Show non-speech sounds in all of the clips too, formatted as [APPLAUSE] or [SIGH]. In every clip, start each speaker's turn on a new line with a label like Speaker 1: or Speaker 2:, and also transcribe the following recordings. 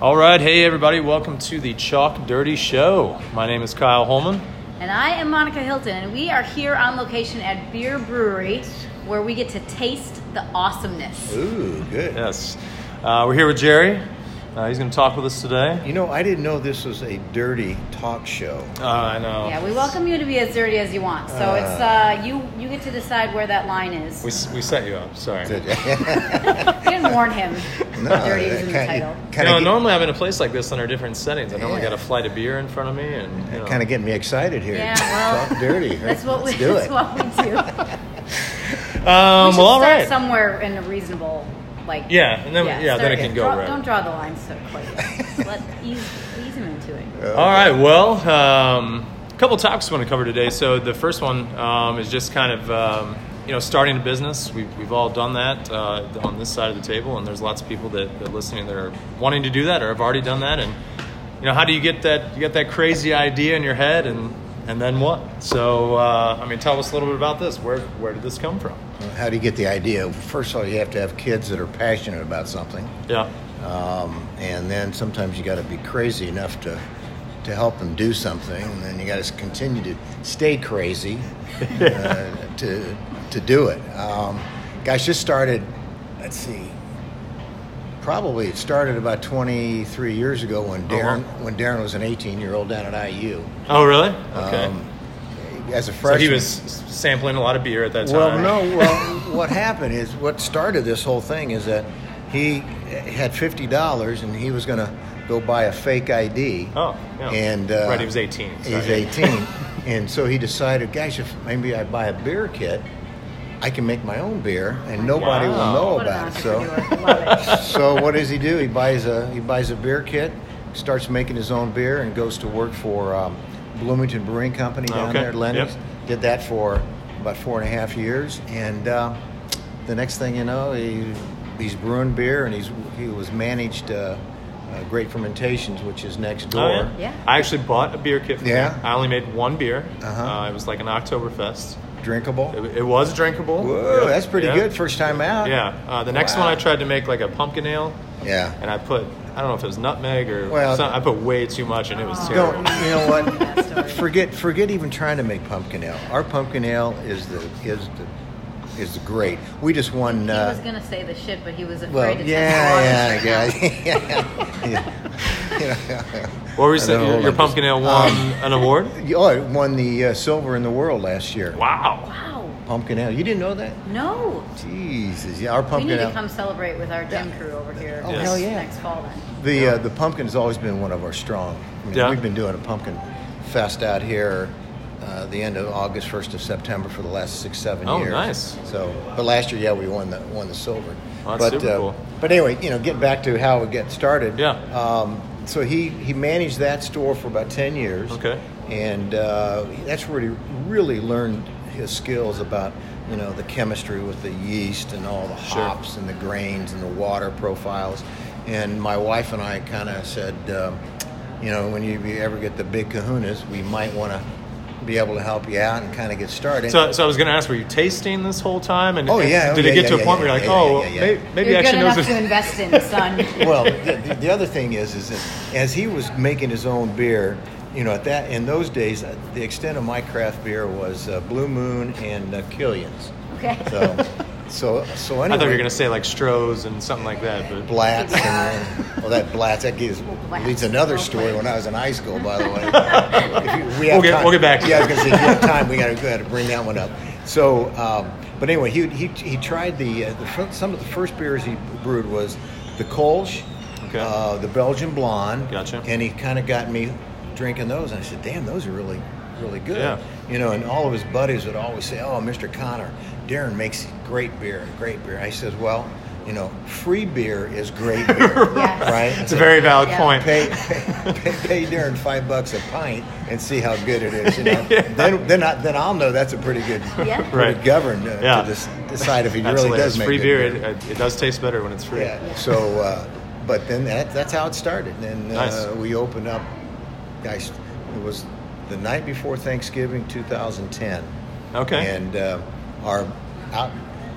Speaker 1: All right, hey everybody, welcome to the Chalk Dirty Show. My name is Kyle Holman.
Speaker 2: And I am Monica Hilton, and we are here on location at Beer Brewery where we get to taste the awesomeness.
Speaker 3: Ooh, good.
Speaker 1: Yes, uh, we're here with Jerry. Uh, he's going to talk with us today.
Speaker 3: You know, I didn't know this was a dirty talk show.
Speaker 1: Uh, I know.
Speaker 2: Yeah, we welcome you to be as dirty as you want. So it's uh, you you get to decide where that line is.
Speaker 1: We,
Speaker 2: You
Speaker 1: s- we set you up. Sorry.
Speaker 3: Good.
Speaker 2: [LAUGHS] didn't
Speaker 1: [LAUGHS]
Speaker 2: warn him.
Speaker 3: [LAUGHS] No,
Speaker 2: dirty was in the
Speaker 3: kinda-
Speaker 2: title.
Speaker 1: You
Speaker 3: kinda
Speaker 1: know,
Speaker 3: get-
Speaker 1: normally I'm in a place like this under different settings. I normally
Speaker 3: Yeah.
Speaker 1: got a flight of beer in front of me, and you know.
Speaker 3: Kind of getting me excited here.
Speaker 2: Yeah, well, [LAUGHS]
Speaker 3: Talk dirty. right?
Speaker 2: That's what we [LAUGHS]
Speaker 3: Let's do
Speaker 2: that's
Speaker 3: it.
Speaker 2: what
Speaker 1: [LAUGHS]
Speaker 2: we do. we
Speaker 1: Um,
Speaker 2: should
Speaker 1: well, all
Speaker 2: start
Speaker 1: right.
Speaker 2: somewhere in a reasonable like
Speaker 1: Yeah, and then- yeah, then
Speaker 2: start-
Speaker 1: it can go
Speaker 2: draw-
Speaker 1: right.
Speaker 2: Don't draw the line so quick.
Speaker 1: [LAUGHS]
Speaker 2: Just Let ease, ease him into it.
Speaker 1: All right. Well, um, a couple topics we want to cover today. So the first one um, is just kind of um, you know starting a business. We've, we've all done that uh, on this side of the table, and there's lots of people that, that are listening that are wanting to do that or have already done that. And you know, how do you get that? You get that crazy idea in your head, and and then what? So uh, I mean, tell us a little bit about this. Where where did this come from?
Speaker 3: How do you get the idea? First of all, you have to have kids that are passionate about something,
Speaker 1: Yeah.
Speaker 3: um, and then sometimes you got to be crazy enough to to help them do something, and then you got to continue to stay crazy
Speaker 1: [LAUGHS]
Speaker 3: uh, to to do it. Um, guys, just started. Let's see. Probably it started about 23 years ago when Darren
Speaker 1: Oh, wow.
Speaker 3: when Darren was an 18 year old down at IU.
Speaker 1: Oh, really? Okay.
Speaker 3: Um, as a
Speaker 1: so
Speaker 3: freshman,
Speaker 1: he was sampling a lot of beer at that time.
Speaker 3: well, no. Well, what happened is what started this whole thing is that he had fifty dollars and he was going to go buy a fake ID.
Speaker 1: Oh, yeah.
Speaker 3: And uh,
Speaker 1: Right, he was 18,
Speaker 3: He was
Speaker 1: sorry. [LAUGHS]
Speaker 3: eighteen, and so he decided, gosh, if maybe I buy a beer kit, I can make my own beer, and nobody
Speaker 1: Wow.
Speaker 3: will know
Speaker 2: What an
Speaker 3: about it. So,
Speaker 2: entrepreneur. Love it.
Speaker 3: so what does he do? He buys a he buys a beer kit, starts making his own beer, and goes to work for um, Bloomington Brewing Company down
Speaker 1: Okay.
Speaker 3: there, Lennox.
Speaker 1: Yep.
Speaker 3: Did that for about four and a half years, and uh, the next thing you know, he he's brewing beer, and he's he was managed uh, uh, Great Fermentations, which is next door.
Speaker 1: Oh, yeah.
Speaker 2: Yeah.
Speaker 1: I actually bought a beer kit. From
Speaker 3: Yeah.
Speaker 1: them. I only made one beer.
Speaker 3: Uh-huh.
Speaker 1: Uh, it was like an Oktoberfest.
Speaker 3: Drinkable.
Speaker 1: It, it was drinkable.
Speaker 3: Whoa,
Speaker 1: Yeah.
Speaker 3: that's pretty
Speaker 1: Yeah.
Speaker 3: good. First time out.
Speaker 1: Yeah. Uh, the next
Speaker 3: Wow.
Speaker 1: one I tried to make like a pumpkin ale,
Speaker 3: Yeah.
Speaker 1: and I put I don't know if it was nutmeg or
Speaker 3: Well-
Speaker 1: some- I put way too much, and it was
Speaker 2: Oh.
Speaker 1: terrible.
Speaker 3: Don't you
Speaker 2: [LAUGHS]
Speaker 3: know what?
Speaker 2: That story.
Speaker 3: forget forget even trying to make pumpkin ale. Our pumpkin ale is the is the is great. We just won.
Speaker 2: He was
Speaker 3: Uh,
Speaker 2: gonna say the shit, but he was afraid
Speaker 3: well,
Speaker 2: to
Speaker 3: yeah,
Speaker 2: test the waters
Speaker 3: yeah,
Speaker 2: right now.
Speaker 3: yeah, yeah, [LAUGHS] yeah.
Speaker 1: What were you
Speaker 3: I
Speaker 1: saying?
Speaker 3: know,
Speaker 1: Your, your
Speaker 3: like um,
Speaker 1: pumpkin ale won an award.
Speaker 3: You- Oh, it won the uh, silver in the world last year. [LAUGHS]
Speaker 1: Wow.
Speaker 2: [LAUGHS] Wow.
Speaker 3: Pumpkin ale. You didn't know that?
Speaker 2: No.
Speaker 3: Jesus, yeah, our
Speaker 2: We
Speaker 3: pumpkin
Speaker 2: need to
Speaker 3: ale.
Speaker 2: come celebrate with our gym
Speaker 3: Yeah.
Speaker 2: crew over here.
Speaker 3: Oh,
Speaker 2: this
Speaker 1: hell
Speaker 3: yeah.
Speaker 2: Next fall then.
Speaker 3: The uh, the pumpkin has always been one of our strong. I mean,
Speaker 1: Yeah.
Speaker 3: We've been doing a pumpkin fest out here, uh, the end of August, first of September for the last six seven
Speaker 1: Oh,
Speaker 3: years.
Speaker 1: nice.
Speaker 3: So, but last year, yeah, we won the won the silver.
Speaker 1: Oh, that's
Speaker 3: but, uh,
Speaker 1: super cool.
Speaker 3: But anyway, you know, getting back to how it got started.
Speaker 1: Yeah.
Speaker 3: Um, so he he managed that store for about ten years.
Speaker 1: Okay.
Speaker 3: And uh, that's where he really learned his skills about you know the chemistry with the yeast and all the
Speaker 1: Sure.
Speaker 3: hops hops and the grains and the water profiles. And my wife and I kind of said, um, you know, when you, you ever get the big kahunas, we might want to be able to help you out and kind of get started.
Speaker 1: So, so I was going to ask, were you tasting this whole time? And
Speaker 3: Oh,
Speaker 1: and
Speaker 3: yeah. Oh,
Speaker 1: did it
Speaker 3: yeah,
Speaker 1: get
Speaker 3: yeah,
Speaker 1: to a
Speaker 3: yeah,
Speaker 1: point where you're like,
Speaker 3: yeah, yeah,
Speaker 1: oh,
Speaker 3: yeah, yeah.
Speaker 1: may- maybe,
Speaker 2: You're
Speaker 1: I
Speaker 2: good
Speaker 1: actually knows
Speaker 2: enough
Speaker 1: what-
Speaker 2: to
Speaker 1: [LAUGHS]
Speaker 2: invest in, son.
Speaker 3: well, the, the other thing is, is that as he was making his own beer, you know, at that in those days, uh, the extent of my craft beer was uh, Blue Moon and uh, Killian's.
Speaker 2: Okay.
Speaker 1: [LAUGHS]
Speaker 3: So, so, so anyway.
Speaker 1: I thought you were going to say like Strohs and something like that, but
Speaker 3: Blatz
Speaker 2: [LAUGHS]
Speaker 3: and then, well, that Blatz that gives
Speaker 2: Blatz.
Speaker 3: leads another story. When I was in high school, by the
Speaker 2: [LAUGHS]
Speaker 3: way, If you- we
Speaker 1: We'll
Speaker 3: have
Speaker 1: get-
Speaker 3: time-
Speaker 1: we'll get back to
Speaker 3: Yeah, I was
Speaker 1: that.
Speaker 3: going to say, if you
Speaker 1: [LAUGHS]
Speaker 3: have time, we got to go ahead and bring that one up. So, um, but anyway, he he, he tried the, uh, the fir- some of the first beers he brewed was the Kolsch,
Speaker 1: Okay.
Speaker 3: uh, the Belgian Blonde,
Speaker 1: Gotcha.
Speaker 3: and he kind of got me drinking those, and I said, "Damn, those are really." Really good,
Speaker 1: Yeah.
Speaker 3: you know, and all of his buddies would always say, "Oh, Mr. Connor, Darren makes great beer, great beer." I says, "Well, you know, free beer
Speaker 1: [LAUGHS]
Speaker 3: is great beer,
Speaker 2: Yes.
Speaker 3: right?
Speaker 1: it's a very valid
Speaker 2: Yeah.
Speaker 1: point.
Speaker 3: pay, pay, pay, pay Darren five bucks a pint and see how good it is.
Speaker 1: [LAUGHS]
Speaker 3: You know, then then I, then I'll know that's a pretty good,
Speaker 2: Yeah.
Speaker 3: pretty
Speaker 1: Right.
Speaker 3: governed uh,
Speaker 1: Yeah.
Speaker 3: to des- decide if he
Speaker 1: That's
Speaker 3: really
Speaker 1: hilarious.
Speaker 3: does make
Speaker 1: free
Speaker 3: good
Speaker 1: beer. It, it does taste better when it's free.
Speaker 3: Yeah. So, uh, but then that that's how it started. And uh,
Speaker 1: Nice.
Speaker 3: we opened up. Guys, it was the night before Thanksgiving, 2010.
Speaker 1: Okay.
Speaker 3: And uh, our out,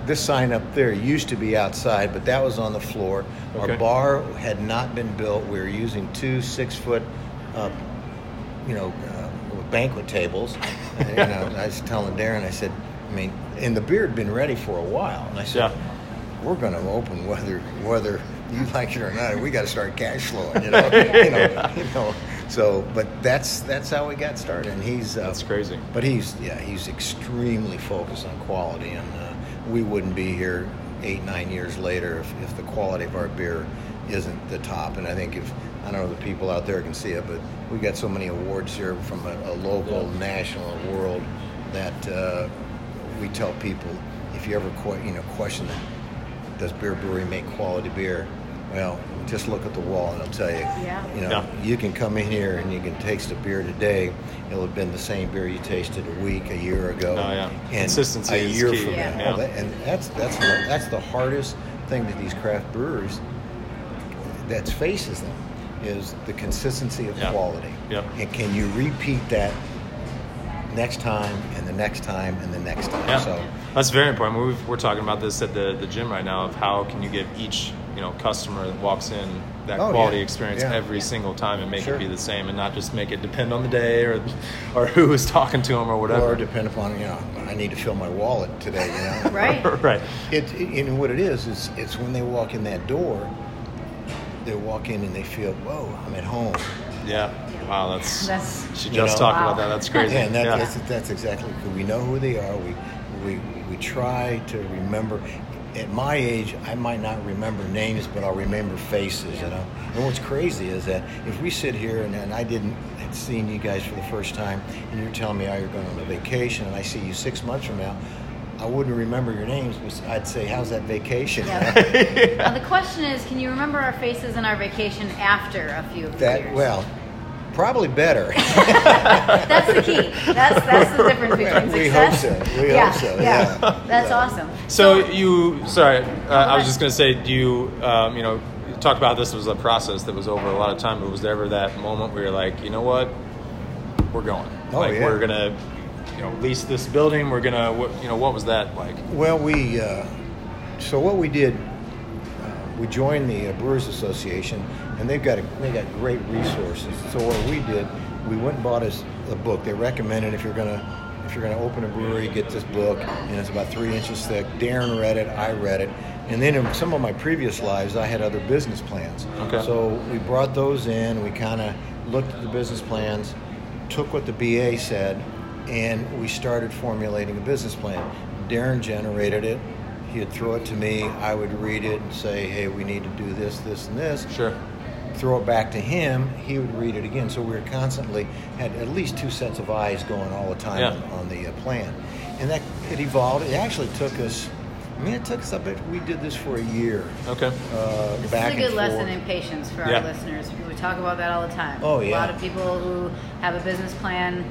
Speaker 3: this sign up there used to be outside, but that was on the floor.
Speaker 1: Okay.
Speaker 3: Our bar had not been built. We were using two six foot, uh, you know, uh, banquet tables. and, you know, I was telling Darren, I said, I mean, and the beer had been ready for a while, and I said,
Speaker 1: Yeah.
Speaker 3: we're going to open whether whether you [LAUGHS] like it or not. We got to start cash flowing, you know, you know,
Speaker 1: [LAUGHS]
Speaker 3: you know. So, but that's that's how we got started. And he's uh,
Speaker 1: That's crazy.
Speaker 3: But he's yeah, he's extremely focused on quality, and uh, we wouldn't be here eight nine years later if, if the quality of our beer isn't the top. And I think if I don't know the people out there can see it, but we got so many awards here from a, a local,
Speaker 1: Yeah.
Speaker 3: national, and world that uh, we tell people if you ever que- you know question does beer brewery make quality beer? Well, just look at the wall and it'll tell you.
Speaker 2: Yeah.
Speaker 3: You know,
Speaker 1: Yeah.
Speaker 3: you can come in here and you can taste a beer today. It'll have been the same beer you tasted a week, a year ago.
Speaker 1: Oh, yeah.
Speaker 3: And
Speaker 1: Consistency
Speaker 3: a
Speaker 1: is
Speaker 3: year
Speaker 1: key.
Speaker 3: from
Speaker 2: Yeah.
Speaker 3: now.
Speaker 1: Yeah.
Speaker 3: And that's that's the, that's the hardest thing that these craft brewers that faces them is the consistency of
Speaker 1: Yeah.
Speaker 3: quality.
Speaker 1: Yep.
Speaker 3: And can you repeat that next time and the next time and the next time?
Speaker 1: Yeah,
Speaker 3: So
Speaker 1: that's very important. We've, we're talking about this at the, the gym right now of how can you give each you know customer that walks in that
Speaker 3: Oh,
Speaker 1: quality
Speaker 3: yeah.
Speaker 1: experience
Speaker 3: Yeah.
Speaker 1: every single time and make
Speaker 3: Sure.
Speaker 1: it be the same and not just make it depend on the day or or who is talking to them or whatever.
Speaker 3: or depend upon, you know, I need to fill my wallet today, you know.
Speaker 2: [LAUGHS]
Speaker 1: [LAUGHS]
Speaker 2: Right.
Speaker 1: right.
Speaker 3: It, it you know what it is is it's when they walk in that door, they walk in and they feel whoa I'm at home,
Speaker 1: Yeah. Wow. That's,
Speaker 2: That's-
Speaker 1: she
Speaker 3: You
Speaker 1: just
Speaker 3: know.
Speaker 1: talked
Speaker 2: Wow.
Speaker 1: about that. That's
Speaker 3: [LAUGHS]
Speaker 1: crazy.
Speaker 3: and that,
Speaker 1: yeah.
Speaker 3: that's that's exactly we know who they are. We we we try to remember. At my age, I might not remember names, but I'll remember faces. You know. And what's crazy is that if we sit here and, and I didn't had seen you guys for the first time, and you're telling me how you're going on a vacation, and I see you six months from now. I wouldn't remember your names, but I'd say, "How's that vacation?"
Speaker 2: Yeah.
Speaker 3: [LAUGHS]
Speaker 2: Now, the question is, can you remember our faces and our vacation after a few of the
Speaker 3: That
Speaker 2: beers?
Speaker 3: well, probably better.
Speaker 2: That's the key. That's that's the
Speaker 3: [LAUGHS]
Speaker 2: difference between
Speaker 3: We
Speaker 2: success.
Speaker 3: hope so. We
Speaker 2: yeah,
Speaker 3: hope so,
Speaker 2: Yeah.
Speaker 3: yeah.
Speaker 2: That's
Speaker 3: Yeah.
Speaker 2: awesome.
Speaker 1: So you, sorry, uh, I was
Speaker 2: ahead.
Speaker 1: just going to say, do you, um, you know, you talked about how this was a process that was over a lot of time, but was there ever that moment where you're like, you know what, we're going,
Speaker 3: Oh,
Speaker 1: like
Speaker 3: yeah.
Speaker 1: we're gonna, you know, lease this building, we're gonna, what, you know, what was that like?
Speaker 3: well, we uh, so what we did, uh, we joined the uh, Brewers Association, and they've got a, they got great resources. So what we did, we went and bought us a book. They recommended if you're gonna if you're gonna open a brewery, get this book, and it's about three inches thick. Darren read it, I read it, and then in some of my previous lives, I had other business plans.
Speaker 1: Okay.
Speaker 3: So So we brought those in, we kind of looked at the business plans, took what the BA said, and we started formulating a business plan. Darren generated it. He'd throw it to me, I would read it and say, hey, we need to do this, this, and this.
Speaker 1: Sure.
Speaker 3: Throw it back to him, he would read it again. So we were constantly, had at least two sets of eyes going all the time
Speaker 1: Yeah.
Speaker 3: on, on the uh, plan. And that, it evolved. It actually took us, I mean, it took us, I bet we did this for a year.
Speaker 1: Okay.
Speaker 3: Uh,
Speaker 2: This
Speaker 3: back
Speaker 2: is a good
Speaker 3: and
Speaker 2: lesson
Speaker 3: forth.
Speaker 2: in patience for
Speaker 1: Yeah.
Speaker 2: our listeners. We talk about that all the time.
Speaker 3: Oh,
Speaker 2: A
Speaker 3: yeah.
Speaker 2: lot of people who have a business plan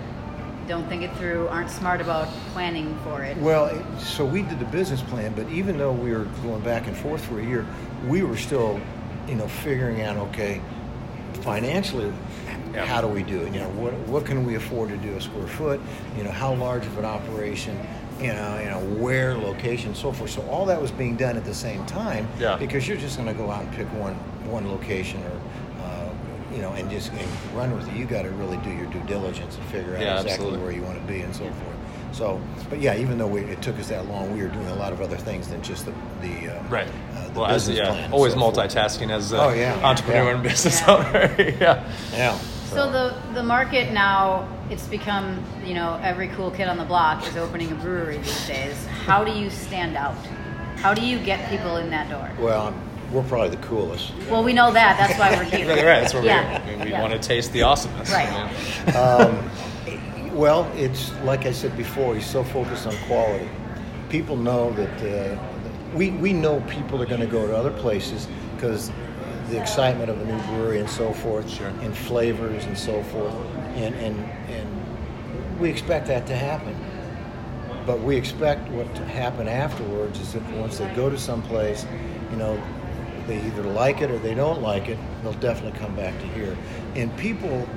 Speaker 2: don't think it through, aren't smart about planning for it.
Speaker 3: Well, it- so we did the business plan, but even though we were going back and forth for a year, we were still, you know, figuring out okay, financially,
Speaker 1: Yeah.
Speaker 3: how do we do it? You know, what what can we afford to do a square foot? You know, how large of an operation? You know, you know where location, so forth. So all that was being done at the same time.
Speaker 1: Yeah.
Speaker 3: Because you're just going to go out and pick one one location or. uh, You know, and just and run with it. You got to really do your due diligence and figure out
Speaker 1: Yeah,
Speaker 3: exactly
Speaker 1: absolutely.
Speaker 3: where you want to be and so forth. So, but yeah, even though we, it took us that long, we were doing a lot of other things than just the the uh,
Speaker 1: Right.
Speaker 3: Uh, the
Speaker 1: well, as,
Speaker 3: business
Speaker 1: yeah,
Speaker 3: plan. and
Speaker 1: always
Speaker 3: so forth.
Speaker 1: multitasking as an
Speaker 3: Oh, yeah.
Speaker 1: entrepreneur
Speaker 3: Yeah.
Speaker 1: and business
Speaker 2: Yeah.
Speaker 1: owner. [LAUGHS] yeah.
Speaker 3: Yeah.
Speaker 2: So the the market now it's become you know every cool kid on the block is opening a brewery these days. How do you stand out? How do you get people in that door?
Speaker 3: well, I'm- we're probably the coolest.
Speaker 2: Well, we know that. That's why we're here.
Speaker 1: Right, right. That's what
Speaker 2: Yeah.
Speaker 1: we're. I mean, we
Speaker 2: Yeah.
Speaker 1: want to taste the awesomeness.
Speaker 2: Right.
Speaker 1: man.
Speaker 3: Well, it's like I said before, he's so focused on quality. People know that uh, we, we know people are going to go to other places because the excitement of a new brewery and so forth,
Speaker 1: Sure.
Speaker 3: and flavors and so forth, and, and, and we expect that to happen. But we expect what to happen afterwards is that once they go to someplace, you know, they either like it or they don't like it, they'll definitely come back to here. And people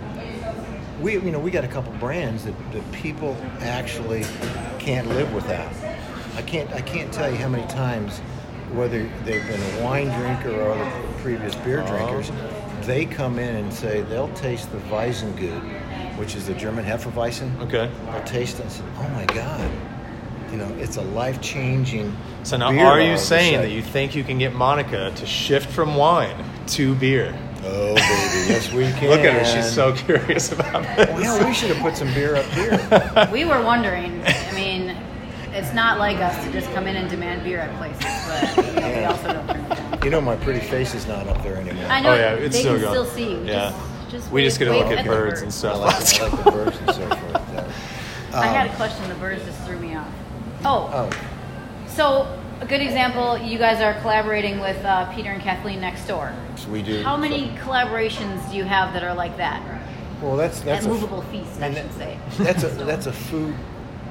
Speaker 3: we you know we got a couple brands that, that people actually can't live without I can't I can't tell you how many times whether they've been a wine drinker or other previous beer drinkers, they come in and say they'll taste the Weizengut, which is the German Hefeweizen.
Speaker 1: Okay.
Speaker 3: They'll taste it and say, "Oh my God!" You know, it's a life changing.
Speaker 1: So now, are you saying that you think you can get Monica to shift from wine to beer?
Speaker 3: Oh baby, yes
Speaker 1: [LAUGHS]
Speaker 3: we can.
Speaker 1: Look at her; she's so curious about
Speaker 3: Well,
Speaker 1: this.
Speaker 3: yeah, we should have put some beer up here.
Speaker 1: [LAUGHS]
Speaker 2: We were wondering. I mean, it's not like us to just come in and demand beer at places, but you know, we also don't turn it down.
Speaker 3: You know, my pretty face is not up there anymore.
Speaker 2: I know
Speaker 1: oh yeah, it's
Speaker 2: they
Speaker 1: so
Speaker 2: can
Speaker 1: gone.
Speaker 2: still see. you.
Speaker 1: Yeah.
Speaker 2: Just, just
Speaker 1: we just
Speaker 2: wave-
Speaker 1: get to look
Speaker 2: wave
Speaker 1: at
Speaker 2: the
Speaker 1: birds and
Speaker 3: I
Speaker 1: stuff.
Speaker 3: like, I like the birds and so forth. uh,
Speaker 2: I had a question. The birds just threw me off. Oh,
Speaker 3: Oh,
Speaker 2: so a good example. You guys are collaborating with uh, Peter and Kathleen next door.
Speaker 3: so we do.
Speaker 2: How many collaborations do you have that are like that?
Speaker 3: Well, that's that's
Speaker 2: At
Speaker 3: a-
Speaker 2: movable feast, I
Speaker 3: and
Speaker 2: should
Speaker 3: that-
Speaker 2: say.
Speaker 3: That's a that's a food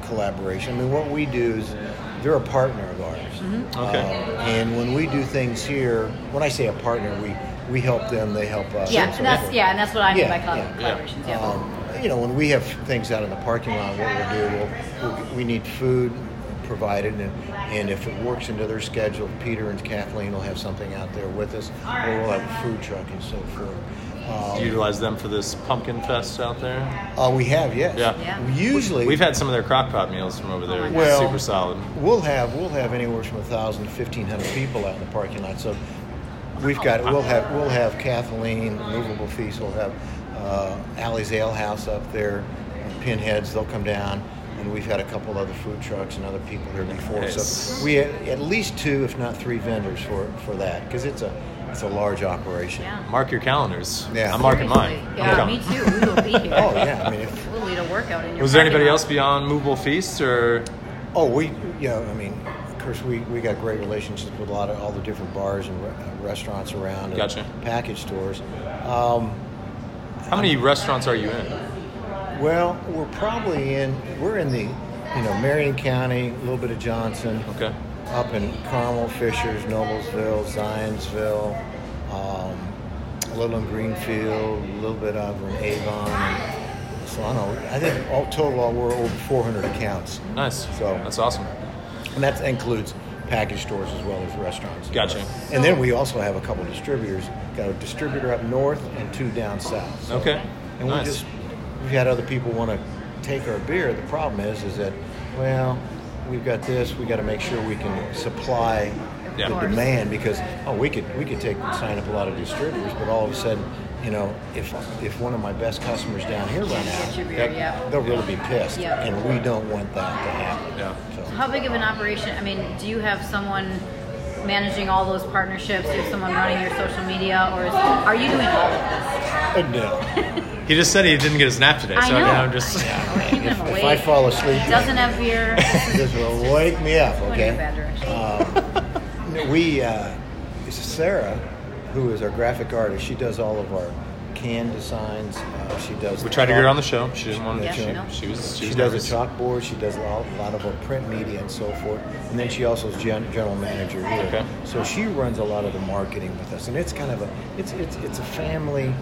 Speaker 3: collaboration. I mean, what we do is they're a partner of ours.
Speaker 2: Mm-hmm.
Speaker 1: Okay.
Speaker 3: Uh, and when we do things here, when I say a partner, we we help them, they help us.
Speaker 2: Yeah,
Speaker 3: and so
Speaker 2: and that's
Speaker 3: forth.
Speaker 2: yeah, and that's what I mean
Speaker 3: Yeah,
Speaker 2: by collab-
Speaker 3: yeah,
Speaker 1: yeah.
Speaker 2: collaborations. Yeah.
Speaker 3: Um, you know, when we have things out in the parking lot, what we'll do, we'll, we'll, we need food provided, and, and if it works into their schedule, Peter and Kathleen will have something out there with us, or we'll have a food truck and so forth.
Speaker 1: Do you utilize them for this pumpkin fest out there.
Speaker 3: Uh, we have, yes.
Speaker 1: Yeah.
Speaker 2: Yeah.
Speaker 3: Usually,
Speaker 1: We've had some of their crock pot meals from over there.
Speaker 2: my
Speaker 1: It's
Speaker 3: God.
Speaker 1: super solid.
Speaker 3: We'll have we'll have anywhere from 1,000 to 1,500 people out in the parking lot. So we've got we'll have we'll have Kathleen Movable Feast. We'll have uh, Allie's Ale House up there. and Pinheads they'll come down, and we've had a couple other food trucks and other people here before.
Speaker 1: Nice.
Speaker 3: So we had at least two, if not three, vendors for for that because it's a it's a large operation.
Speaker 2: Yeah.
Speaker 1: Mark your calendars.
Speaker 3: Yeah.
Speaker 1: I'm marking mine.
Speaker 2: Seriously.
Speaker 1: I'm
Speaker 2: Yeah,
Speaker 1: coming.
Speaker 2: me too. We will be here.
Speaker 3: Oh
Speaker 1: [LAUGHS]
Speaker 3: yeah, I mean, if,
Speaker 2: We'll lead a workout in your.
Speaker 1: Was there anybody
Speaker 2: parking
Speaker 1: else
Speaker 2: lot.
Speaker 1: beyond Movable Feast or?
Speaker 3: Oh, we, you know, I mean, of course, we, we got great relationships with a lot of all the different bars and re- uh, restaurants around and
Speaker 1: Gotcha.
Speaker 3: package stores. Um,
Speaker 1: How many restaurants are you in?
Speaker 3: well, we're probably in, we're in the, you know, Marion County, a little bit of Johnson,
Speaker 1: Okay.
Speaker 3: up in Carmel, Fishers, Noblesville, Zionsville, um, a little in Greenfield, a little bit over in Avon. And so I don't know, I think all total, we're over 400 accounts.
Speaker 1: Nice.
Speaker 3: So-
Speaker 1: that's awesome.
Speaker 3: And that includes package stores as well as restaurants.
Speaker 1: Gotcha.
Speaker 3: And then we also have a couple distributors. Got a distributor up north and two down south. So-
Speaker 1: Okay.
Speaker 3: And
Speaker 1: nice.
Speaker 3: we just we've had other people want to take our beer. The problem is, is that well, we've got this. We got to make sure we can supply
Speaker 1: Yeah.
Speaker 2: Of
Speaker 3: the
Speaker 2: course.
Speaker 3: demand because oh, we could we could take sign up a lot of distributors, but all of a sudden, you know, if if one of my best customers down here run
Speaker 2: Get your
Speaker 3: out,
Speaker 2: beer,
Speaker 1: Yep.
Speaker 2: yeah.
Speaker 3: they'll really be pissed.
Speaker 2: Yeah.
Speaker 3: And we don't want that to happen.
Speaker 1: Yeah.
Speaker 3: So.
Speaker 2: How big of an operation? I mean, do you have someone managing all those partnerships? Do you have someone running your social media, or is, are you doing all of this?
Speaker 3: Uh, No.
Speaker 1: he just said he didn't get his nap today, so
Speaker 2: I
Speaker 1: I mean,
Speaker 2: know.
Speaker 1: I'm just.
Speaker 2: We're keeping him awake.
Speaker 3: If I fall asleep,
Speaker 2: Doesn't have
Speaker 3: [LAUGHS]
Speaker 2: beer.
Speaker 3: this will wake me up.
Speaker 2: Going in a bad
Speaker 3: Okay.
Speaker 2: direction.
Speaker 3: No, We, uh, Sarah, who is our graphic artist, she does all of our can designs. Uh, she does.
Speaker 1: We tried to get her on the show. She didn't want to.
Speaker 2: Yeah,
Speaker 1: she,
Speaker 2: no.
Speaker 1: she was. She,
Speaker 3: She
Speaker 1: was
Speaker 3: does a
Speaker 1: nervous.
Speaker 3: chalkboard. She does a lot, a lot of our print media and so forth. And then she also is gen- general manager here.
Speaker 1: Okay.
Speaker 3: So she runs a lot of the marketing with us, and it's kind of a it's it's it's a family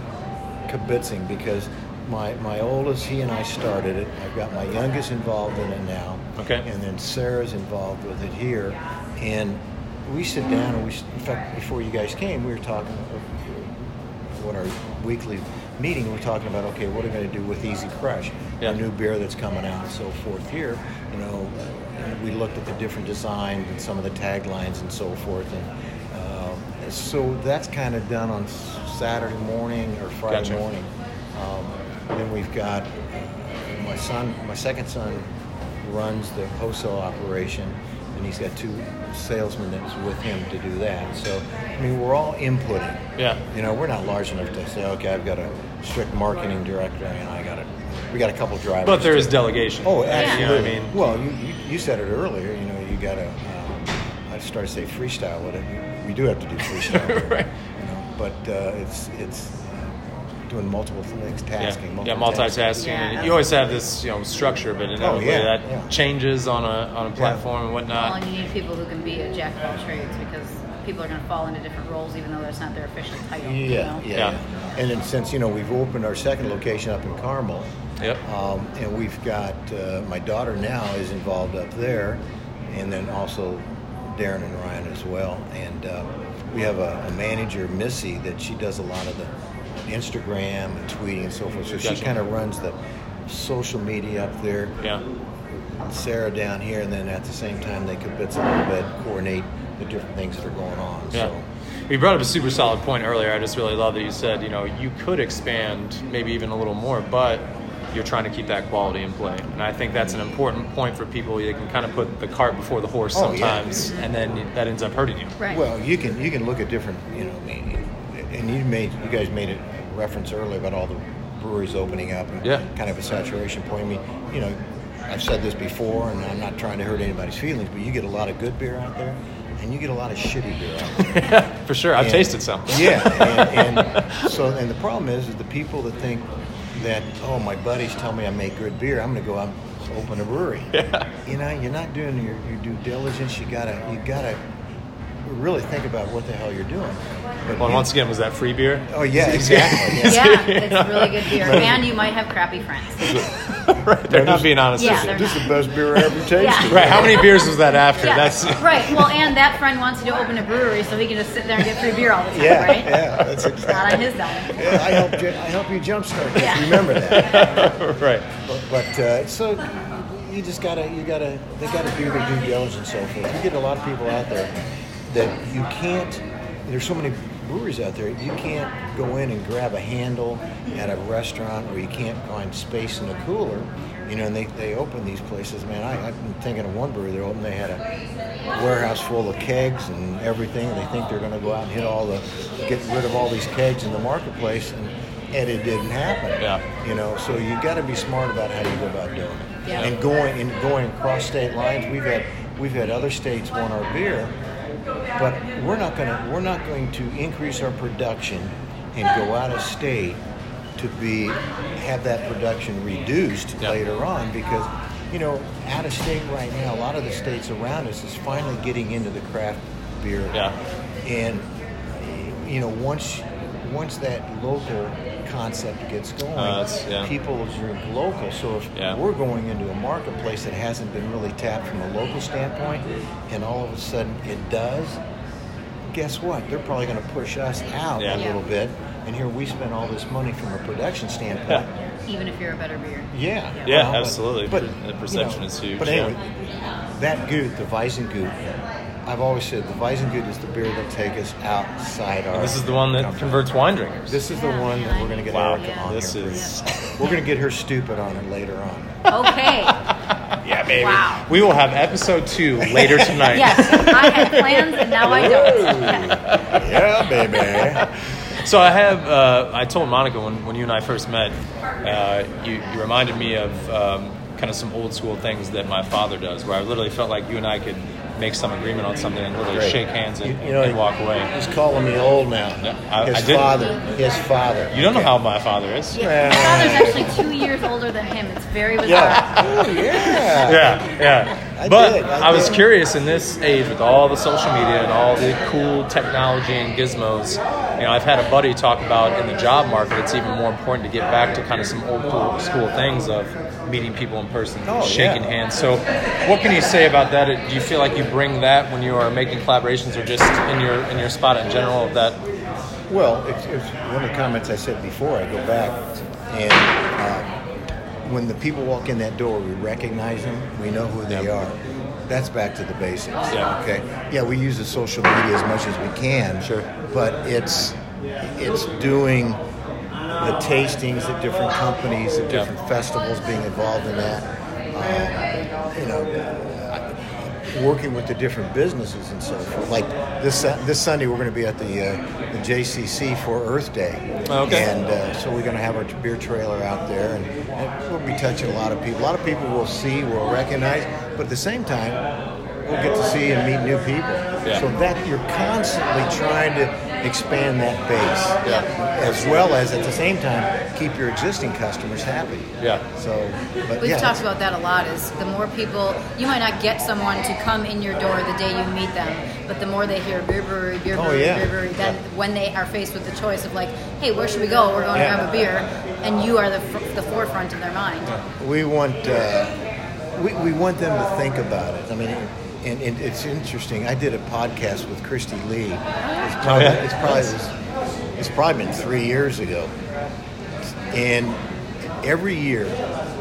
Speaker 3: kibitzing because my my oldest he and I started it. I've got my youngest involved in it now.
Speaker 1: Okay.
Speaker 3: And then Sarah's involved with it here, and we sit down and we s- in fact before you guys came we were talking what our weekly meeting we're talking about okay what are we going to do with easy crush
Speaker 1: Yeah.
Speaker 3: our new beer that's coming out and so forth here you know and we looked at the different designs and some of the taglines and so forth and um, so that's kind of done on s- saturday morning or friday
Speaker 1: Gotcha.
Speaker 3: morning um, then we've got my son, my second son, runs the wholesale operation, and he's got two salesmen that's with him to do that. So, I mean, we're all inputting.
Speaker 1: Yeah.
Speaker 3: You know, we're not large enough to say, okay, I've got a strict marketing director, and I got a, we got a couple drivers.
Speaker 1: But there is delegation.
Speaker 3: Oh,
Speaker 1: You know what I
Speaker 3: absolutely.
Speaker 1: mean?
Speaker 3: Well, you, you, you said it earlier. You know, you got to. Um, I started to say freestyle with it. We do have to do
Speaker 1: [LAUGHS]
Speaker 3: freestyle,
Speaker 1: Right.
Speaker 3: You know, but uh, it's it's uh, doing multiple things, tasking,
Speaker 1: Yeah, yeah multitasking.
Speaker 2: Yeah.
Speaker 1: And you always have this, you know, structure, but inevitably
Speaker 3: yeah,
Speaker 1: that
Speaker 3: yeah.
Speaker 1: changes on a on a platform and
Speaker 2: Well,
Speaker 1: whatnot.
Speaker 2: and you need people who can be a jack of all trades because people are going to fall into different roles, even though that's not their official title.
Speaker 3: Yeah,
Speaker 2: you know?
Speaker 3: yeah, yeah. And then since you know we've opened our second location up in Carmel,
Speaker 1: Yep.
Speaker 3: um, and we've got uh, my daughter now is involved up there, and then also Darren and Ryan as well. And uh, we have a, a manager, Missy, that she does a lot of the Instagram and tweeting and so forth. So she
Speaker 1: Gotcha.
Speaker 3: kind of runs the social media up there.
Speaker 1: Yeah.
Speaker 3: Sarah down here, and then at the same time they could bits a little bit coordinate the different things that are going on.
Speaker 1: Yeah. You brought up a super solid point earlier. I just really love that you said, you know, you could expand maybe even a little more, but you're trying to keep that quality in play. And I think that's an important point for people. You can kind of put the cart before the horse
Speaker 3: Oh, yeah.
Speaker 1: sometimes, and then that ends up hurting you.
Speaker 2: Right.
Speaker 3: Well, you can you can look at different, you know, I mean, and you made you guys made a reference earlier about all the breweries opening up and
Speaker 1: Yeah.
Speaker 3: kind of a saturation point. I mean, you know, I've said this before, and I'm not trying to hurt anybody's feelings, but you get a lot of good beer out there, and you get a lot of shitty beer out there.
Speaker 1: [LAUGHS] for sure. I've
Speaker 3: And-
Speaker 1: tasted some.
Speaker 3: [LAUGHS] Yeah, and, and
Speaker 1: [LAUGHS]
Speaker 3: so and the problem is, is the people that think that oh my buddies tell me I make good beer, I'm going to go out and open a brewery.
Speaker 1: Yeah.
Speaker 3: You know, you're not doing your, your due diligence. You gotta you gotta really think about what the hell you're doing. But
Speaker 1: Well,
Speaker 3: you-
Speaker 1: and once again, was that free beer?
Speaker 3: oh yeah, exactly. [LAUGHS] Yeah.
Speaker 2: [LAUGHS] yeah, it's really good beer, and you might have crappy friends.
Speaker 1: right. [LAUGHS] They're not being honest
Speaker 2: Yeah,
Speaker 1: with you.
Speaker 2: they're
Speaker 3: This is the best beer I ever tasted.
Speaker 1: [LAUGHS]
Speaker 2: Yeah.
Speaker 1: Right. How many beers was that after?
Speaker 2: Yeah,
Speaker 1: That's [LAUGHS]
Speaker 2: right. Well, and that friend wants you to open a brewery so he can just sit there and get free beer all the time,
Speaker 3: Yeah,
Speaker 2: right?
Speaker 3: yeah, that's
Speaker 2: Not on
Speaker 3: exactly.
Speaker 2: his dime.
Speaker 3: Yeah, I helped you. I help you jumpstart. this.
Speaker 2: Yeah.
Speaker 3: Remember that.
Speaker 1: right.
Speaker 3: But, but uh, so you just gotta, you gotta, they gotta do their due diligence and so forth. You get a lot of people out there that you can't. There's so many breweries out there. You can't go in and grab a handle at a restaurant, or you can't find space in the cooler. You know, and they, they open these places. Man, I, I've been thinking of one brewery they opened. They had a warehouse full of kegs and everything. They think they're going to go out and hit all the, get rid of all these kegs in the marketplace, and, and it didn't happen.
Speaker 1: Yeah.
Speaker 3: You know, so you got to be smart about how you go about doing it.
Speaker 2: Yeah.
Speaker 3: And going and going across state lines, we've had we've had other states want our beer, but we're not gonna we're not going to increase our production and go out of state to be have that production reduced
Speaker 1: Yeah.
Speaker 3: later on because you know out of state right now a lot of the states around us is finally getting into the craft beer
Speaker 1: Yeah.
Speaker 3: and you know once once that local concept gets going
Speaker 1: Uh, that's- yeah.
Speaker 3: people will drink local so if
Speaker 1: Yeah.
Speaker 3: we're going into a marketplace that hasn't been really tapped from a local standpoint and all of a sudden it does guess what they're probably going to push us out
Speaker 1: Yeah.
Speaker 3: a
Speaker 2: Yeah.
Speaker 3: little bit and here we spend all this money from a production standpoint
Speaker 2: Even if you're a better beer.
Speaker 3: yeah.
Speaker 1: Yeah,
Speaker 3: but-
Speaker 1: absolutely. Per- the perception is huge,
Speaker 3: But anyway, that goot, the Weizengoot, I've always said the Weizengoot is the beer that'll take us outside our.
Speaker 1: This is the one that
Speaker 3: comfort.
Speaker 1: converts wine drinkers.
Speaker 3: This is
Speaker 2: Yeah,
Speaker 3: the one that
Speaker 2: man.
Speaker 3: we're going to get
Speaker 1: Wow.
Speaker 3: Erica on.
Speaker 1: This
Speaker 3: here
Speaker 1: is.
Speaker 3: for. We're going to get her stupid on it later on.
Speaker 2: Okay.
Speaker 1: [LAUGHS] Yeah, baby.
Speaker 2: Wow.
Speaker 1: [LAUGHS] We will have episode two
Speaker 2: [LAUGHS]
Speaker 1: later tonight.
Speaker 2: Yes, I had plans and now I don't.
Speaker 3: yeah, baby.
Speaker 1: So I have. Uh, I told Monica when, when you and I first met, uh, you, you reminded me of um, kind of some old school things that my father does, where I literally felt like you and I could make some agreement on something and literally
Speaker 3: Great.
Speaker 1: shake hands and,
Speaker 3: [LAUGHS] You- you know,
Speaker 1: and walk away.
Speaker 3: He's calling me old now.
Speaker 1: No, I-
Speaker 3: his
Speaker 1: I didn't.
Speaker 3: father. His father.
Speaker 1: You don't know
Speaker 3: Okay.
Speaker 1: how my father is.
Speaker 2: My father's actually two years older than him. It's very bizarre.
Speaker 3: [LAUGHS] Yeah. Ooh, yeah.
Speaker 1: yeah, yeah.
Speaker 3: I
Speaker 1: but
Speaker 3: did, I
Speaker 1: I, was
Speaker 3: did.
Speaker 1: curious in this age with all the social media and all the cool technology and gizmos. You know, I've had a buddy talk about in the job market, it's even more important to get back to kind of some old cool- school things of meeting people in person,
Speaker 3: Oh,
Speaker 1: shaking
Speaker 3: yeah.
Speaker 1: hands. So, what can you say about that? Do you feel like you bring that when you are making collaborations, or just in your in your spot in general of that?
Speaker 3: Well, it's, it's one of the comments I said before. I go back, and uh, when the people walk in that door, we recognize them. We know who they
Speaker 1: Yeah.
Speaker 3: are. That's back to the basics.
Speaker 1: Yeah.
Speaker 3: Okay. Yeah, we use the social media as much as we can.
Speaker 1: Sure.
Speaker 3: But it's it's doing the tastings at different companies, at
Speaker 1: Yeah.
Speaker 3: different festivals, being involved in that. Um, you know, working with the different businesses and so forth. Like this this Sunday, we're going to be at the, uh, the JCC for Earth Day,
Speaker 1: Okay.
Speaker 3: and uh, so we're going to have our beer trailer out there, and, and we'll be touching a lot of people. A lot of people will see, will recognize, but at the same time, we'll get to see and meet new people.
Speaker 1: Yeah.
Speaker 3: So that you're constantly trying to expand that base,
Speaker 1: Yeah.
Speaker 3: as well as at the same time keep your existing customers happy.
Speaker 1: Yeah.
Speaker 3: So, but
Speaker 2: We've
Speaker 3: yeah,
Speaker 2: talked about that a lot. Is the more people you might not get someone to come in your door the day you meet them, but the more they hear beer brewery, beer
Speaker 3: Oh,
Speaker 2: brewery,
Speaker 3: yeah.
Speaker 2: beer brewery, then when they are faced with the choice of like, hey, where should we go? We're going
Speaker 3: Yeah.
Speaker 2: to grab a beer, and you are the fr- the forefront of their mind.
Speaker 3: We want uh, we, we want them to think about it. I mean, and, and it's interesting. I did a podcast with Christy Lee. It's probably,
Speaker 1: Oh, yeah.
Speaker 3: it's, probably it's probably been three years ago, and every year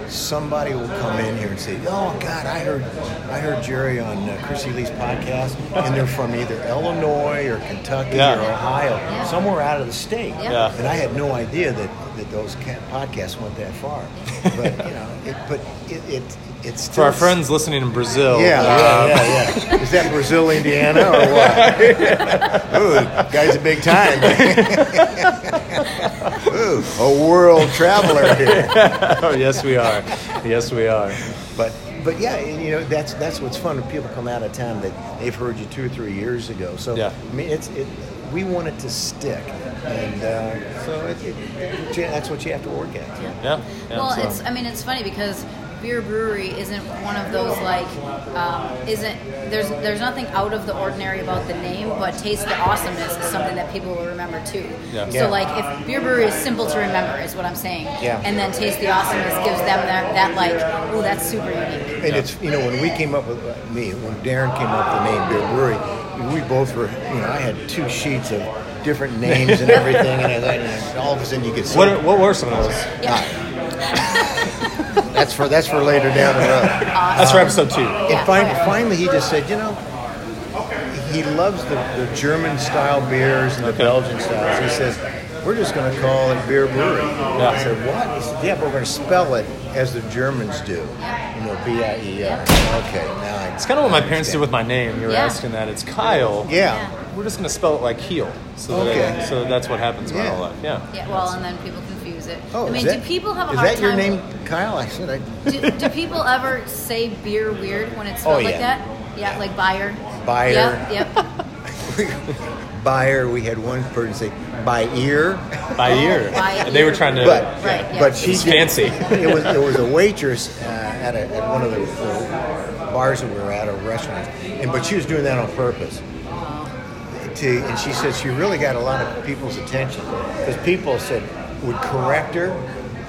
Speaker 3: somebody will come in here and say, "Oh God, I heard I heard Jerry on uh, Christy Lee's podcast," and they're from either Illinois or Kentucky
Speaker 1: Yeah.
Speaker 3: or Ohio,
Speaker 2: Yeah.
Speaker 3: somewhere out of the state.
Speaker 2: Yeah.
Speaker 1: Yeah.
Speaker 3: And I had no idea that, that those ca- podcasts went that
Speaker 1: [LAUGHS]
Speaker 3: far. But you know, it, but it, it it's
Speaker 1: For our
Speaker 3: still-
Speaker 1: friends listening in Brazil,
Speaker 3: yeah,
Speaker 1: uh,
Speaker 3: yeah, yeah, yeah. Is that Brazil, Indiana, or what? Ooh, guy's a
Speaker 1: [LAUGHS]
Speaker 3: big time. Ooh, a world
Speaker 1: [LAUGHS]
Speaker 3: traveler here.
Speaker 1: [LAUGHS] oh, yes, we are. Yes, we are.
Speaker 3: But but yeah, and, you know that's that's what's fun when people come out of town that they've heard you two or three years ago. So
Speaker 1: Yeah.
Speaker 3: I mean, it's it, we want it to stick, and uh, so it, it, it, that's what you have to work at.
Speaker 1: Yeah. yeah
Speaker 2: well,
Speaker 1: so-
Speaker 2: it's. I mean, it's funny because beer brewery isn't one of those like um, isn't there's there's nothing out of the ordinary about the name, but taste the awesomeness is something that people will remember too.
Speaker 1: Yeah.
Speaker 2: So
Speaker 3: Yeah.
Speaker 2: like if beer brewery is simple to remember is what I'm saying.
Speaker 3: Yeah.
Speaker 2: And then taste the awesomeness gives them that that like oh that's super unique.
Speaker 3: And it's you know when we came up with uh, me when Darren came up with the name Beer Brewery, we both were you know I had two sheets of different names and everything, and I thought you know, all of a sudden you could see
Speaker 1: what, are- what were some of those?
Speaker 3: Ah.
Speaker 2: Yeah.
Speaker 3: that's for that's for later down
Speaker 1: [LAUGHS]
Speaker 3: the road.
Speaker 1: That's for episode two.
Speaker 2: Yeah,
Speaker 3: And fin-
Speaker 2: okay.
Speaker 3: finally, he just said, you know, he loves the, the German style beers and the Belgian styles. He says. We're just going to call it beer brewery. I said, "What?" He said, "Yeah, but we're going to spell it as the Germans do. You know, B I E R." Okay, now I,
Speaker 1: It's kind of what my parents did with my name. You were
Speaker 2: Yeah.
Speaker 1: asking that. It's Kyle.
Speaker 3: yeah.
Speaker 1: We're just gonna spell it like heel, so that
Speaker 3: Okay.
Speaker 1: I, so that's what happens my
Speaker 3: Yeah.
Speaker 1: whole life. Yeah.
Speaker 2: Yeah. Well, and then people confuse it.
Speaker 3: Oh,
Speaker 2: I mean,
Speaker 3: is
Speaker 2: do
Speaker 3: that-
Speaker 2: people have a
Speaker 3: is
Speaker 2: hard
Speaker 3: that your
Speaker 2: time-
Speaker 3: name, Kyle? I said I
Speaker 2: do, do people ever say beer weird when it's
Speaker 3: Oh,
Speaker 2: spelled like
Speaker 3: yeah.
Speaker 2: that? Yeah, like buyer.
Speaker 3: Buyer.
Speaker 2: Yep. Yep.
Speaker 3: buyer. We had one person say by
Speaker 1: [LAUGHS]
Speaker 3: ear,
Speaker 1: By ear.
Speaker 2: by
Speaker 1: And they were
Speaker 2: ear.
Speaker 1: trying to.
Speaker 3: Oh, but
Speaker 2: Right, yeah.
Speaker 3: but she
Speaker 1: It's
Speaker 3: did-
Speaker 1: fancy.
Speaker 3: It was it was a waitress uh, at, a, at one of the, the bars that we were at or restaurants, and but she was doing that on purpose.
Speaker 2: Oh.
Speaker 3: To, and she said she really got a lot of people's attention because people said would correct her.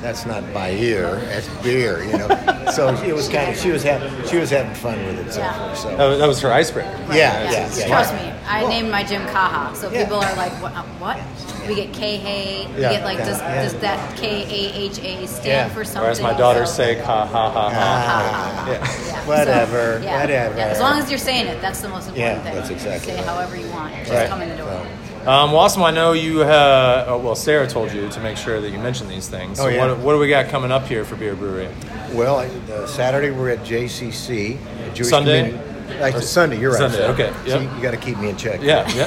Speaker 3: That's not by ear. That's beer, you know.
Speaker 2: [LAUGHS]
Speaker 3: so it was kind of she was having she was having fun with it so
Speaker 2: Yeah.
Speaker 3: far. So
Speaker 1: That was, that was her icebreaker.
Speaker 3: yeah, yeah, yeah, yeah.
Speaker 2: Trust me, I named my gym Kaha, so
Speaker 3: Yeah.
Speaker 2: people are like, "What? uh, what? We get K H A. We
Speaker 1: Yeah.
Speaker 2: get like, does,
Speaker 3: Yeah.
Speaker 2: does that K A H A stand
Speaker 3: Yeah.
Speaker 2: for something?"
Speaker 1: Or as my daughters
Speaker 2: So- uh,
Speaker 1: say, ha ha ha ha.
Speaker 3: Ah,
Speaker 1: Yeah.
Speaker 2: Yeah.
Speaker 3: Whatever,
Speaker 2: So, yeah.
Speaker 3: whatever.
Speaker 2: Yeah. As long as you're saying it, that's the most important
Speaker 3: Yeah,
Speaker 2: thing.
Speaker 3: that's exactly
Speaker 2: Say
Speaker 3: right.
Speaker 2: however you want. Just
Speaker 1: Right.
Speaker 2: come in the door.
Speaker 3: So-
Speaker 1: Um, well, awesome. I know you. Uh, oh, well, Sarah told you to make sure that you mention these things. So
Speaker 3: Oh, yeah.
Speaker 1: what, what do we got coming up here for Beer Brewery?
Speaker 3: Well, I- uh, Saturday we're at JCC. uh, Jewish
Speaker 1: Sunday?
Speaker 3: Community- Like Sunday, you're right.
Speaker 1: Sunday, okay,
Speaker 3: So
Speaker 1: yep.
Speaker 3: you, got to keep me in check.
Speaker 1: Yeah, yeah.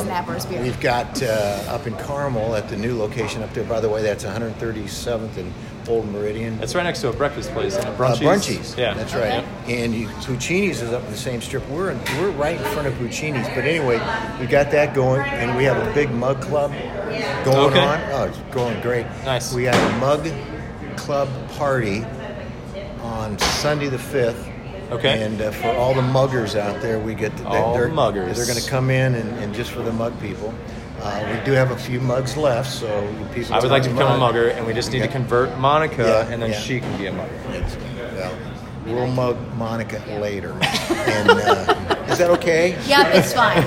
Speaker 1: [LAUGHS]
Speaker 2: [LAUGHS] Snapper's beer.
Speaker 3: We've got uh, up in Carmel at the new location up there. By the way, that's 137th and Old Meridian.
Speaker 1: It's right next to a breakfast place and a
Speaker 3: Uh,
Speaker 1: brunchies.
Speaker 3: Brunchies.
Speaker 1: Yeah,
Speaker 3: that's
Speaker 2: Okay.
Speaker 3: right. And you, Puccini's is up in the same strip. We're in, we're right in front of Puccini's. But anyway, we got that going, and we have a big mug club going
Speaker 1: Okay.
Speaker 3: on. Oh, it's going great.
Speaker 1: Nice.
Speaker 3: We got a mug club party on Sunday the fifth.
Speaker 1: Okay.
Speaker 3: And uh, for all the muggers out there, we get the,
Speaker 1: All the
Speaker 3: they're,
Speaker 1: muggers.
Speaker 3: They're going to come in, and, and just for the mug people. Uh, we do have a few mugs left, so you people.
Speaker 1: I would like to
Speaker 3: come
Speaker 1: become a
Speaker 3: mug.
Speaker 1: mugger, and we just need to
Speaker 3: Yeah.
Speaker 1: convert Monica,
Speaker 3: Yeah,
Speaker 1: and then
Speaker 3: yeah.
Speaker 1: she can be a mugger.
Speaker 3: Well, we'll mug Monica later. And uh, is that okay?
Speaker 2: Yep, it's
Speaker 3: [LAUGHS]
Speaker 2: fine.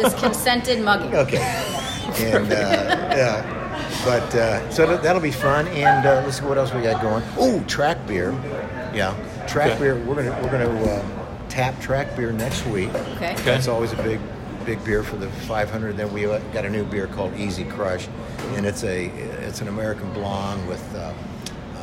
Speaker 2: this consented mugging.
Speaker 3: Okay. And uh, yeah, but uh, so that- that'll be fun. And uh, let's see what else we got going. Oh, track beer. Yeah, track
Speaker 1: Okay.
Speaker 3: beer. We're gonna we're gonna uh, tap track beer next week.
Speaker 2: Okay.
Speaker 1: Okay.
Speaker 3: That's always a big big beer for the 500. Then we uh, got a new beer called Easy Crush, and it's a it's an American blonde with uh,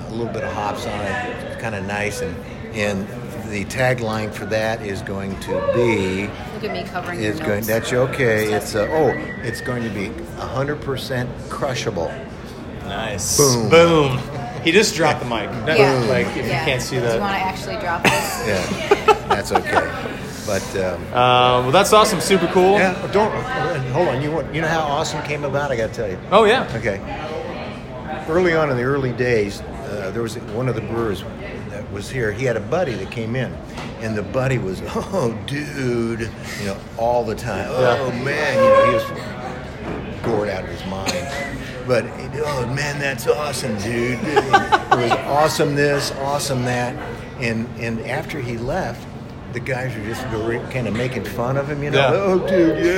Speaker 3: a little bit of hops on it. Kind of nice and and the tagline for that is going to be
Speaker 2: Look at me covering
Speaker 3: is
Speaker 2: your
Speaker 3: going.
Speaker 2: nose.
Speaker 3: That's okay.
Speaker 2: Yes.
Speaker 3: It's uh, oh, it's going to be 100% crushable.
Speaker 1: Nice.
Speaker 3: Boom.
Speaker 1: Boom. He just dropped the mic.
Speaker 2: yeah.
Speaker 1: Like if
Speaker 2: Yeah.
Speaker 1: you can't see
Speaker 2: Do
Speaker 1: that.
Speaker 2: you want to actually drop this?
Speaker 3: Yeah, that's okay. But um,
Speaker 1: Uh, well, that's awesome. Super cool.
Speaker 3: yeah, don't hold on. You want you know how awesome came about? I got to tell you.
Speaker 1: Oh yeah.
Speaker 3: Okay. Early on in the early days, uh, there was one of the brewers that was here. He had a buddy that came in, and the buddy was, [LAUGHS] "Oh, dude," you know, all the time. Oh man, you know, he was gored out of his mind. But oh man, that's awesome, dude. It was awesome this, awesome that, and and after he left, the guys were just kind of making fun of him, you know?
Speaker 1: Yeah.
Speaker 3: Oh, dude, yeah,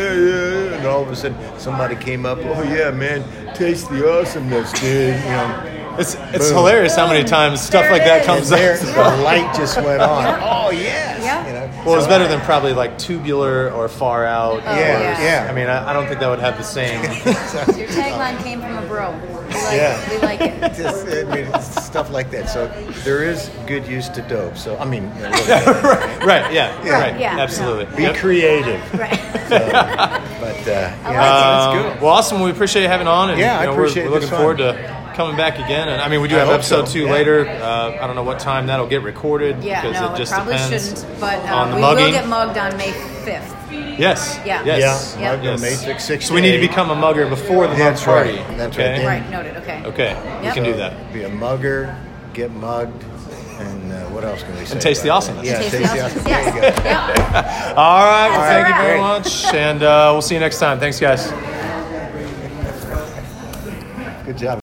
Speaker 3: yeah. And all of a sudden, somebody came up. Oh, yeah, man, taste the awesomeness, dude. You know,
Speaker 1: It's it's
Speaker 3: Boom.
Speaker 1: hilarious how many times stuff
Speaker 2: There
Speaker 1: like
Speaker 2: it
Speaker 1: that
Speaker 2: is.
Speaker 3: and
Speaker 1: comes up.
Speaker 3: there, the light just
Speaker 2: [LAUGHS]
Speaker 3: went on. Oh, yes.
Speaker 2: Yeah.
Speaker 3: You know?
Speaker 1: Well, it's
Speaker 3: So-
Speaker 1: better than probably like tubular or far out.
Speaker 2: Oh,
Speaker 3: yeah,
Speaker 2: yeah.
Speaker 3: yeah. [LAUGHS]
Speaker 1: I mean, I, I don't think that would have the same.
Speaker 2: Your tagline came from a bro. We like,
Speaker 3: Yeah.
Speaker 2: we like it.
Speaker 3: Just, I mean, it's stuff like that. So there is good use to dope. So I mean, you know, look,
Speaker 1: right? Yeah.
Speaker 3: Yeah.
Speaker 1: Right.
Speaker 2: Yeah.
Speaker 1: Absolutely.
Speaker 3: be
Speaker 1: Yep. [LAUGHS]
Speaker 3: creative.
Speaker 2: Right. [LAUGHS]
Speaker 3: So, uh, but uh, yeah,
Speaker 1: Uh,
Speaker 3: that's good.
Speaker 1: Well, awesome. We appreciate having you on, and
Speaker 3: Yeah, I
Speaker 1: you know, we're-
Speaker 3: appreciate
Speaker 1: we're,
Speaker 3: it.
Speaker 1: looking
Speaker 3: It's fun.
Speaker 1: forward to coming back again. And I mean, we do
Speaker 3: I
Speaker 1: have
Speaker 3: hope
Speaker 1: episode
Speaker 3: so.
Speaker 1: two
Speaker 3: Yeah.
Speaker 1: later. Uh, I don't know what time that'll get recorded
Speaker 2: Yeah,
Speaker 1: because
Speaker 2: no,
Speaker 1: it
Speaker 2: it,
Speaker 1: just
Speaker 2: probably
Speaker 1: depends
Speaker 2: shouldn't. But
Speaker 1: on
Speaker 2: uh,
Speaker 1: the
Speaker 2: we will
Speaker 1: mugging.
Speaker 2: get mugged on May 5th.
Speaker 1: yes.
Speaker 2: Yeah.
Speaker 1: Yes.
Speaker 2: Yeah.
Speaker 3: Mugger, May
Speaker 1: Yes.
Speaker 3: 6th, 6
Speaker 1: So we need to
Speaker 3: eight.
Speaker 1: become a mugger before the
Speaker 3: That's
Speaker 1: mug party.
Speaker 3: right. That's
Speaker 1: okay?
Speaker 3: right.
Speaker 2: Right, noted. Okay.
Speaker 1: Okay. We
Speaker 2: Yep.
Speaker 1: can do
Speaker 3: So
Speaker 1: that.
Speaker 3: Be a mugger, get mugged, and uh, what else can we say?
Speaker 1: taste the
Speaker 3: about
Speaker 1: awesomeness.
Speaker 3: that? Yeah,
Speaker 2: Taste the
Speaker 3: taste the
Speaker 2: awesomeness.
Speaker 3: awesomeness.
Speaker 2: Yes.
Speaker 3: There you go.
Speaker 2: Yep.
Speaker 1: All right. well,
Speaker 2: That's
Speaker 1: thank
Speaker 2: a
Speaker 1: you very
Speaker 2: wrap.
Speaker 1: much, and uh, we'll see you next time. Thanks, guys.
Speaker 3: Good job.